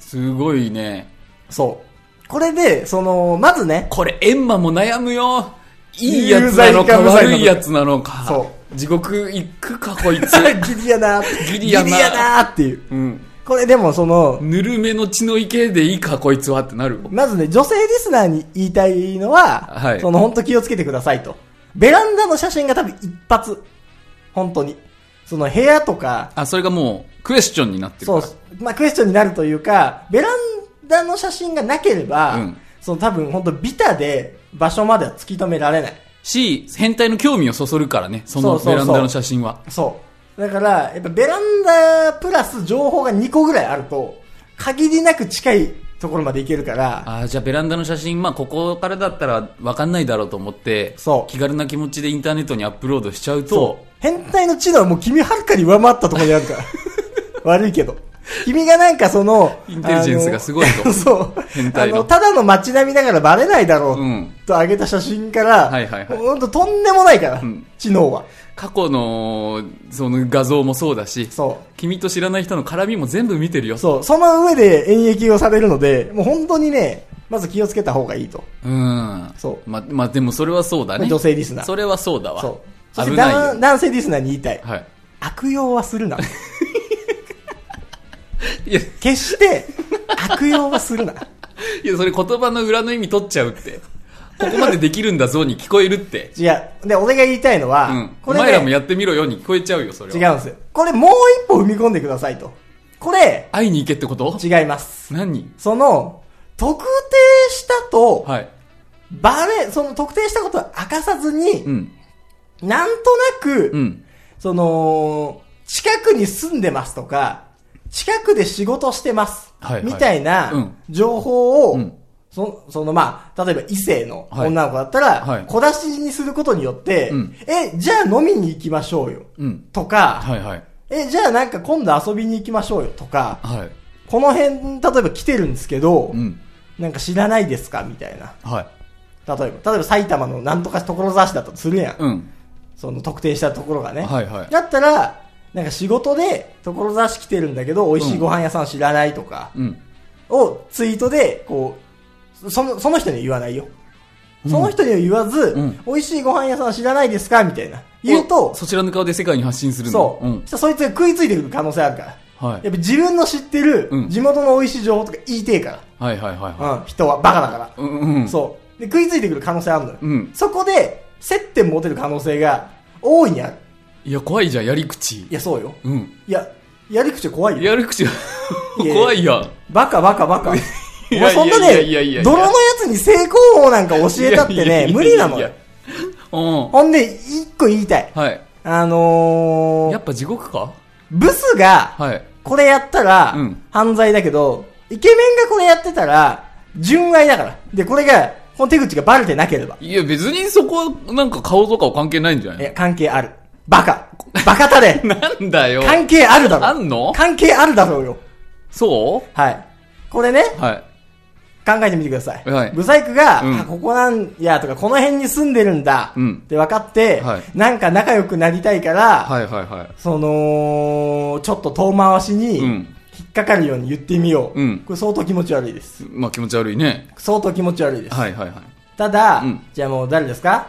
Speaker 2: すごいね。
Speaker 1: そう。これで、その、まず ね、
Speaker 2: これ、エンマも悩むよ。いいやつなの
Speaker 1: 有罪か
Speaker 2: か
Speaker 1: 無罪なのか
Speaker 2: 悪いやつなのか。
Speaker 1: そ
Speaker 2: 地獄行くか、こいつ。
Speaker 1: ギリやなー
Speaker 2: ギリやな
Speaker 1: ギリやなーっていう。
Speaker 2: うん。
Speaker 1: これでもその、
Speaker 2: ぬるめの血の池でいいか、こいつはってなる。
Speaker 1: まずね、女性リスナーに言いたいのは、
Speaker 2: はい
Speaker 1: その本当気をつけてくださいと。ベランダの写真が多分一発。本当に。その部屋とか、
Speaker 2: あ、それがもう、クエスチョンになってるか
Speaker 1: そ
Speaker 2: ら。
Speaker 1: う、まあクエスチョンになるというか、ベランダの写真がなければ、
Speaker 2: うん
Speaker 1: その多分本当ビタで場所までは突き止められない。
Speaker 2: し、変態の興味をそそるからね、
Speaker 1: そ
Speaker 2: その
Speaker 1: うそうそう
Speaker 2: ベランダの写真は。
Speaker 1: そう。だから、やっぱベランダプラス情報が2個ぐらいあると、限りなく近いところまで行けるから、
Speaker 2: ああ、じゃあベランダの写真、まあ、ここからだったら分かんないだろうと思って、
Speaker 1: そう
Speaker 2: 気軽な気持ちでインターネットにアップロードしちゃう
Speaker 1: そ
Speaker 2: と
Speaker 1: う、。変態の知能はもう君はるかに上回ったところにある から。悪いけど。君がなんかその、
Speaker 2: インテリジェンスがすごい
Speaker 1: あの
Speaker 2: と
Speaker 1: そう。
Speaker 2: 変態の
Speaker 1: あの、ただの街並みだからバレないだろう、
Speaker 2: うん
Speaker 1: と上げた写真から、
Speaker 2: はいはいはい
Speaker 1: ほんととんでもないから、
Speaker 2: ん
Speaker 1: 知能は。
Speaker 2: 過去の、その画像もそうだし、
Speaker 1: そ
Speaker 2: 君と知らない人の絡みも全部見てるよ
Speaker 1: う。。そう。その上で演疫をされるので、もう本当にね、まず気をつけた方がいいと。
Speaker 2: うん。
Speaker 1: そう
Speaker 2: ま、まあ、でもそれはそうだね。
Speaker 1: 女性リスナー
Speaker 2: それはそうだわ。
Speaker 1: そう。そして
Speaker 2: 危ない
Speaker 1: 男
Speaker 2: よ。
Speaker 1: 男性リスナーに言いたい。
Speaker 2: はい。
Speaker 1: 悪用はするな。
Speaker 2: いや、
Speaker 1: 決して、悪用はするな。
Speaker 2: いや、それ言葉の裏の意味取っちゃうって。ここまでできるんだぞに聞こえるって。
Speaker 1: 違う。で、俺が言いたいのは、
Speaker 2: うん。
Speaker 1: こ
Speaker 2: お
Speaker 1: れ、ね、
Speaker 2: 前らもやってみろよに聞こえちゃうよ、それは。
Speaker 1: 違うんですよ。これもう一歩踏み込んでくださいと。これ、
Speaker 2: 会いに行けってこと
Speaker 1: 違います。
Speaker 2: 何
Speaker 1: その、特定したと、
Speaker 2: はい。
Speaker 1: バレ、その特定したことを明かさずに、
Speaker 2: うん。
Speaker 1: なんとなく、
Speaker 2: うん。
Speaker 1: その、近くに住んでますとか、近くで仕事してます、
Speaker 2: はいはい
Speaker 1: みたいうなん情報を、
Speaker 2: うん
Speaker 1: そそのまあ、例えば異性の
Speaker 2: はい
Speaker 1: 女の子だったら、
Speaker 2: はい
Speaker 1: 小出しにすることによって、
Speaker 2: うん
Speaker 1: え、じゃあ飲みに行きましょうよ、
Speaker 2: うん。
Speaker 1: とか、
Speaker 2: はいはい。
Speaker 1: え、じゃあなんか今度遊びに行きましょうよとか、
Speaker 2: はい。
Speaker 1: この辺、例えば来てるんですけど、
Speaker 2: うん。
Speaker 1: なんか知らないですかみたいな。
Speaker 2: はい。
Speaker 1: 例えば、例えば埼玉のなんとか所沢市だったとするやん。
Speaker 2: うん。
Speaker 1: その特定したところがね。
Speaker 2: はいはい
Speaker 1: だったら、なんか仕事で所沢市来てるんだけど、美味しいご飯屋さん知らないとか、
Speaker 2: うん。
Speaker 1: をツイートで、こう、その、その人には言わないよ。その人には言わず、
Speaker 2: うん
Speaker 1: 美味しいご飯屋さん知らないですかみたいな。言うと、
Speaker 2: おそちらの顔で世界に発信するの
Speaker 1: そう。
Speaker 2: ん
Speaker 1: そし。たらそいつが食いついてくる可能性あるから。
Speaker 2: はい
Speaker 1: やっ。ぱ自分の知ってる
Speaker 2: うん
Speaker 1: 地元の美味しい情報とか言いてえか
Speaker 2: はいはいはいは
Speaker 1: ら、うん、人はバカだから、
Speaker 2: い。うんうん。
Speaker 1: そうで食いついてくる可能性あるのよ、
Speaker 2: うん
Speaker 1: そこで接点持てる可能性が大いにある
Speaker 2: いや、怖いじゃん、やり口
Speaker 1: い。やそうよ
Speaker 2: うん。
Speaker 1: いややり口怖いよ。
Speaker 2: やる口が
Speaker 1: いや
Speaker 2: 怖いやん。
Speaker 1: バカバカバ カ。お前そんない
Speaker 2: やいやいやいやい
Speaker 1: ね、
Speaker 2: や
Speaker 1: 泥のやつに成功法なんか教えたって
Speaker 2: いやいやいやい
Speaker 1: ね、
Speaker 2: や
Speaker 1: 無理なのよ。。
Speaker 2: うん。
Speaker 1: ほんで、一個言いたい。
Speaker 2: はい。
Speaker 1: あの
Speaker 2: や
Speaker 1: ー
Speaker 2: っ、ぱ地獄か
Speaker 1: ブスが、
Speaker 2: はい。
Speaker 1: これやったら
Speaker 2: うん、
Speaker 1: 犯罪だけど、イケメンがこれやってたら、純愛だから。で、これが、この手口がバレてなければ。
Speaker 2: いや、別にそこは、なんか顔とかは関係ないんじゃない。
Speaker 1: え、関係ある。バカ。バカたれ
Speaker 2: なんだよ。
Speaker 1: 関係あるだろ。
Speaker 2: あんの
Speaker 1: 関係あるだろうよ。
Speaker 2: そ
Speaker 1: はい。これね、
Speaker 2: うはい。
Speaker 1: 考えてみてください。
Speaker 2: はい
Speaker 1: ブサイクが、
Speaker 2: うん
Speaker 1: あここなんやとか、この辺に住んでるんだ、
Speaker 2: うん
Speaker 1: って分かって、
Speaker 2: はい
Speaker 1: なんか仲良くなりたいから、
Speaker 2: はいはいはい。
Speaker 1: その、ちょっと遠回しに、
Speaker 2: うん
Speaker 1: 引っかかるように言ってみよう。
Speaker 2: うん
Speaker 1: これ相当気持ち悪いです。
Speaker 2: まあ気持ち悪いね。
Speaker 1: 相当気持ち悪いです。
Speaker 2: はいはいはい。
Speaker 1: ただ、
Speaker 2: うん
Speaker 1: じゃあもう誰ですか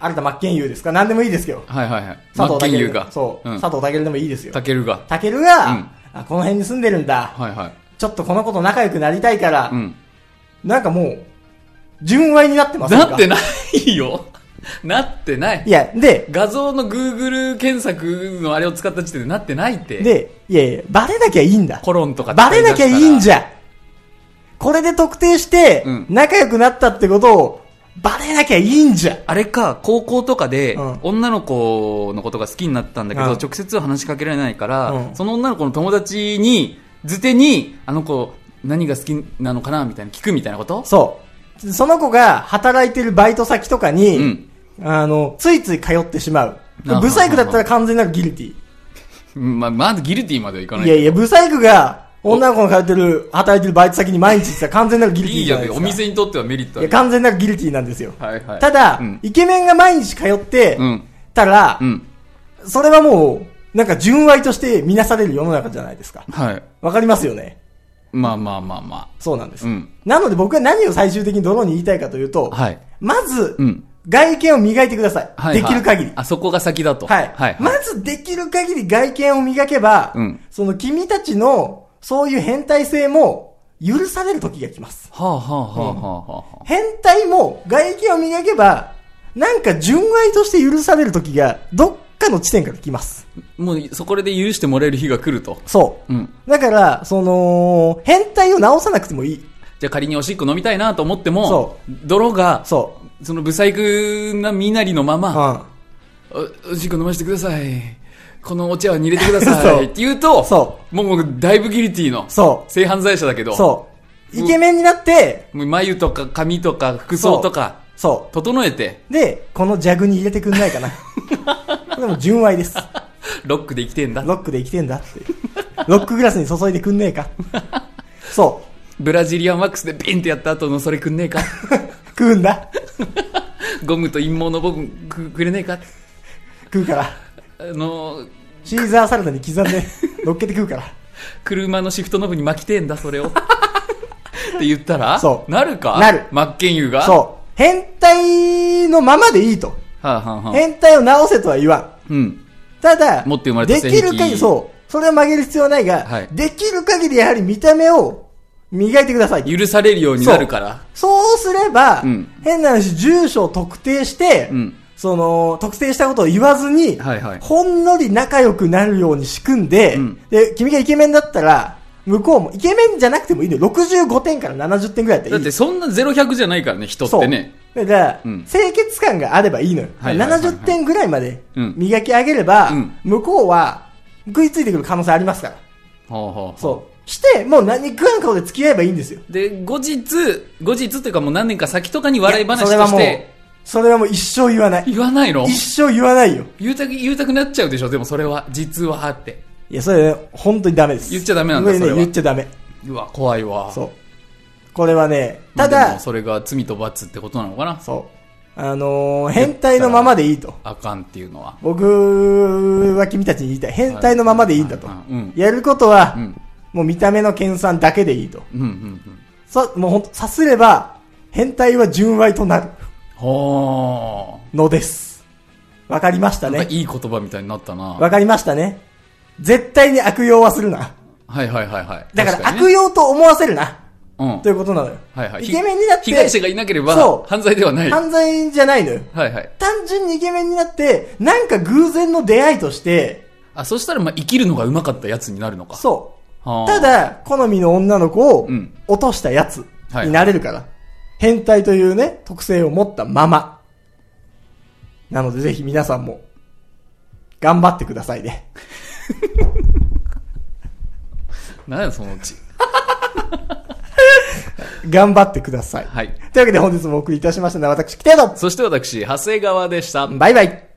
Speaker 1: 新田真剣佑ですか何でもいいですよ。
Speaker 2: はいはいはい。
Speaker 1: 佐藤
Speaker 2: 真剣
Speaker 1: 健
Speaker 2: 佑が。
Speaker 1: そう、
Speaker 2: ん。
Speaker 1: 佐藤健でもいいですよ。
Speaker 2: たけるが。
Speaker 1: 健が、
Speaker 2: うん
Speaker 1: あ、この辺に住んでるんだ。
Speaker 2: はいはい。
Speaker 1: ちょっとこの子と仲良くなりたいから、
Speaker 2: うん。
Speaker 1: なんかもう、純愛になってます
Speaker 2: なってないよ。 なってない。
Speaker 1: いや、で、
Speaker 2: 画像の Google 検索のあれを使った時点でなってないって。、
Speaker 1: で、いやいや、バレなきゃいいんだ。
Speaker 2: コロンとか
Speaker 1: バレなきゃいいんじ
Speaker 2: ゃ。
Speaker 1: ゃ。これで特定して
Speaker 2: うん、
Speaker 1: 仲良くなったってことを、バレなきゃいいんじゃ。
Speaker 2: あれか、高校とかで、
Speaker 1: うん
Speaker 2: 女の子のことが好きになったんだけど、
Speaker 1: うん
Speaker 2: 直接は話しかけられないから、
Speaker 1: うん
Speaker 2: その女の子の友達に、図手に、あの子、何が好きなのかなみたいな聞くみたいなこと
Speaker 1: そう。その子が働いてるバイト先とかに、
Speaker 2: うん
Speaker 1: あの、ついつい通ってしまう
Speaker 2: あ。
Speaker 1: ブサイクだったら完全なるギルティ。
Speaker 2: うんまあ、まずギルティまではいかな
Speaker 1: い
Speaker 2: いけど
Speaker 1: やいや、ブサイクが、女の子の通ってる、働いてるバイト先に毎日行ってたら完全なるギルティ
Speaker 2: いい
Speaker 1: じ
Speaker 2: じ
Speaker 1: ゃ
Speaker 2: ゃ
Speaker 1: なんいです
Speaker 2: お
Speaker 1: か。
Speaker 2: 店にとってはメリット
Speaker 1: い
Speaker 2: あ
Speaker 1: や、
Speaker 2: る
Speaker 1: 完全なるギルティなんですよ。
Speaker 2: はいはい
Speaker 1: ただ、
Speaker 2: うん
Speaker 1: イケメンが毎日通って
Speaker 2: うん
Speaker 1: たら、
Speaker 2: うん
Speaker 1: それはもう、なんか純愛として見なされる世の中じゃないですか。
Speaker 2: はい
Speaker 1: わかりますよね
Speaker 2: まあまあまあま
Speaker 1: そうなんです。
Speaker 2: うん
Speaker 1: なので僕は何を最終的にドローンに言いたいかというと、
Speaker 2: あはい
Speaker 1: まず、
Speaker 2: うん
Speaker 1: 外見を磨いてください。
Speaker 2: はいは
Speaker 1: でき
Speaker 2: い
Speaker 1: る限り。
Speaker 2: あそこが先だと
Speaker 1: はい。
Speaker 2: はい
Speaker 1: まずできる限り外見を磨けば、
Speaker 2: うん
Speaker 1: その君たちのそういう変態性も許される時が来ます。
Speaker 2: はあはあはあはあはあ
Speaker 1: 変態も外見を磨けば、なんか純愛として許される時が、どっかの地点から来ます。
Speaker 2: もうそこで許してもらえる日が来ると
Speaker 1: そう。
Speaker 2: うん
Speaker 1: だから、その、変態を直さなくてもいい。
Speaker 2: じゃあ仮におしっこ飲みたいなと思っても
Speaker 1: そ
Speaker 2: 泥が
Speaker 1: そ
Speaker 2: そのブサイクな身なりのま
Speaker 1: う。う
Speaker 2: ま
Speaker 1: ん。
Speaker 2: おおしっこ飲ませてくださいこのお茶碗に入れてくださ
Speaker 1: そう
Speaker 2: いって言うと
Speaker 1: そ
Speaker 2: もうだいぶギルティの
Speaker 1: そ
Speaker 2: 性犯罪者だけど
Speaker 1: う。そう。イケメンになって、
Speaker 2: もう眉とか髪とか服装とか
Speaker 1: そ
Speaker 2: 整えて
Speaker 1: う。で、このジャグに入れてくんないかな。 でも純愛です。
Speaker 2: ロックで生きてんだ
Speaker 1: ロックで生きてんだって。ロックグラスに注いでくんねえか。そ
Speaker 2: ブラジリアンワックスでビンってやった後のそれく んねえか
Speaker 1: う。食うんだ。
Speaker 2: ゴムと陰謀の部分くくれねえか
Speaker 1: 食うから。
Speaker 2: あの
Speaker 1: シーザーサラダに刻んで、乗っけて食うから。
Speaker 2: 車のシフトノブに巻きてえんだ それをって言ったら
Speaker 1: そう
Speaker 2: なるか
Speaker 1: なる
Speaker 2: 真っ健優がは
Speaker 1: そう。変態のままでいいと。
Speaker 2: あ、はあはあ、
Speaker 1: 変態を直せとは言わん。
Speaker 2: うん
Speaker 1: ただ、
Speaker 2: 持って生まれた性
Speaker 1: で
Speaker 2: 癖
Speaker 1: きる限り、そう。それは曲げる必要はないが、
Speaker 2: はい
Speaker 1: できる限りやはり見た目を磨いてください。
Speaker 2: 許されるようになるから
Speaker 1: そうすれば、
Speaker 2: うん
Speaker 1: 変な話、住所を特定して、
Speaker 2: うん
Speaker 1: その、特定したことを言わずに、
Speaker 2: はいはい
Speaker 1: ほんのり仲良くなるように仕組んで、
Speaker 2: うん
Speaker 1: で、君がイケメンだったら、向こうも、イケメンじゃなくてもいいのよ。65点から70点ぐらいだった
Speaker 2: だ
Speaker 1: ら
Speaker 2: っ
Speaker 1: いい。
Speaker 2: てそんな0100じゃないからね人っ
Speaker 1: そう。
Speaker 2: てね
Speaker 1: だから、
Speaker 2: うん
Speaker 1: 清潔感があればいいのよ。
Speaker 2: はいはいはいはい
Speaker 1: 70点ぐらいまで
Speaker 2: うん
Speaker 1: 磨き上げれば、
Speaker 2: うん
Speaker 1: 向こうは食いついてくる可能性ありますから。
Speaker 2: はあ、はあ、
Speaker 1: そう。して、もう何食わん顔で付き合えばいいんですよ。
Speaker 2: で後日後日っていうかもう何年か先とかに笑い話
Speaker 1: やそれは
Speaker 2: とし
Speaker 1: もう
Speaker 2: て、
Speaker 1: それはもう一生言わない。
Speaker 2: 言わないの
Speaker 1: 一生言わないよ。
Speaker 2: 言うたく言うたくなっちゃうでしょでもそれは実はって
Speaker 1: いや、それ、ね、本当にダメです。
Speaker 2: 言っちゃダメなん
Speaker 1: こ
Speaker 2: だ
Speaker 1: れね
Speaker 2: それは
Speaker 1: 言っちゃダメ。
Speaker 2: うわ怖いわ
Speaker 1: そう。これはね、
Speaker 2: まあ
Speaker 1: た
Speaker 2: で
Speaker 1: だ、
Speaker 2: もそれが罪と罰ってことなのかな
Speaker 1: そう。あのー、変態のままでいいと。
Speaker 2: あかんっていうのは
Speaker 1: 僕は君たちに言いたい。変態のままでいいんだと
Speaker 2: はいはいはいうん。
Speaker 1: やることは
Speaker 2: うん、
Speaker 1: もう見た目の研鑽だけでいいと。
Speaker 2: うんうんうん
Speaker 1: さ、もうほんと、さすれば、変態は純愛となる
Speaker 2: は
Speaker 1: のです。わかりました
Speaker 2: あ、なん
Speaker 1: ね
Speaker 2: か。いい言葉みたいになったな
Speaker 1: わかりましたね。絶対に悪用はするな。
Speaker 2: はいはいはいはい
Speaker 1: だか
Speaker 2: 確
Speaker 1: ら
Speaker 2: に
Speaker 1: 悪
Speaker 2: ね
Speaker 1: 用と思わせるな。
Speaker 2: うん
Speaker 1: ということなのよ。
Speaker 2: はいはい
Speaker 1: イケメンになって、
Speaker 2: 被害者がいなければ
Speaker 1: そう
Speaker 2: 犯罪ではないはい
Speaker 1: 犯罪じゃないのよ。
Speaker 2: はい
Speaker 1: 単純にイケメンになって、なんか偶然の出会いとして、
Speaker 2: あ、そしたら、まあ、生きるのが上手かったやつになるのか。
Speaker 1: そ
Speaker 2: は
Speaker 1: う。
Speaker 2: あ
Speaker 1: た、だ、好みの女の子を
Speaker 2: うん
Speaker 1: 落としたやつになれるから。変態というね、特性を持ったまま。なのでぜひ皆さんも、頑張ってくださいね。
Speaker 2: なんやそのうち。
Speaker 1: 頑張ってください。
Speaker 2: はい。
Speaker 1: というわけで本日もお送りいたしましたのは私、キテイド
Speaker 2: そして私、長谷川でした。
Speaker 1: バイバイ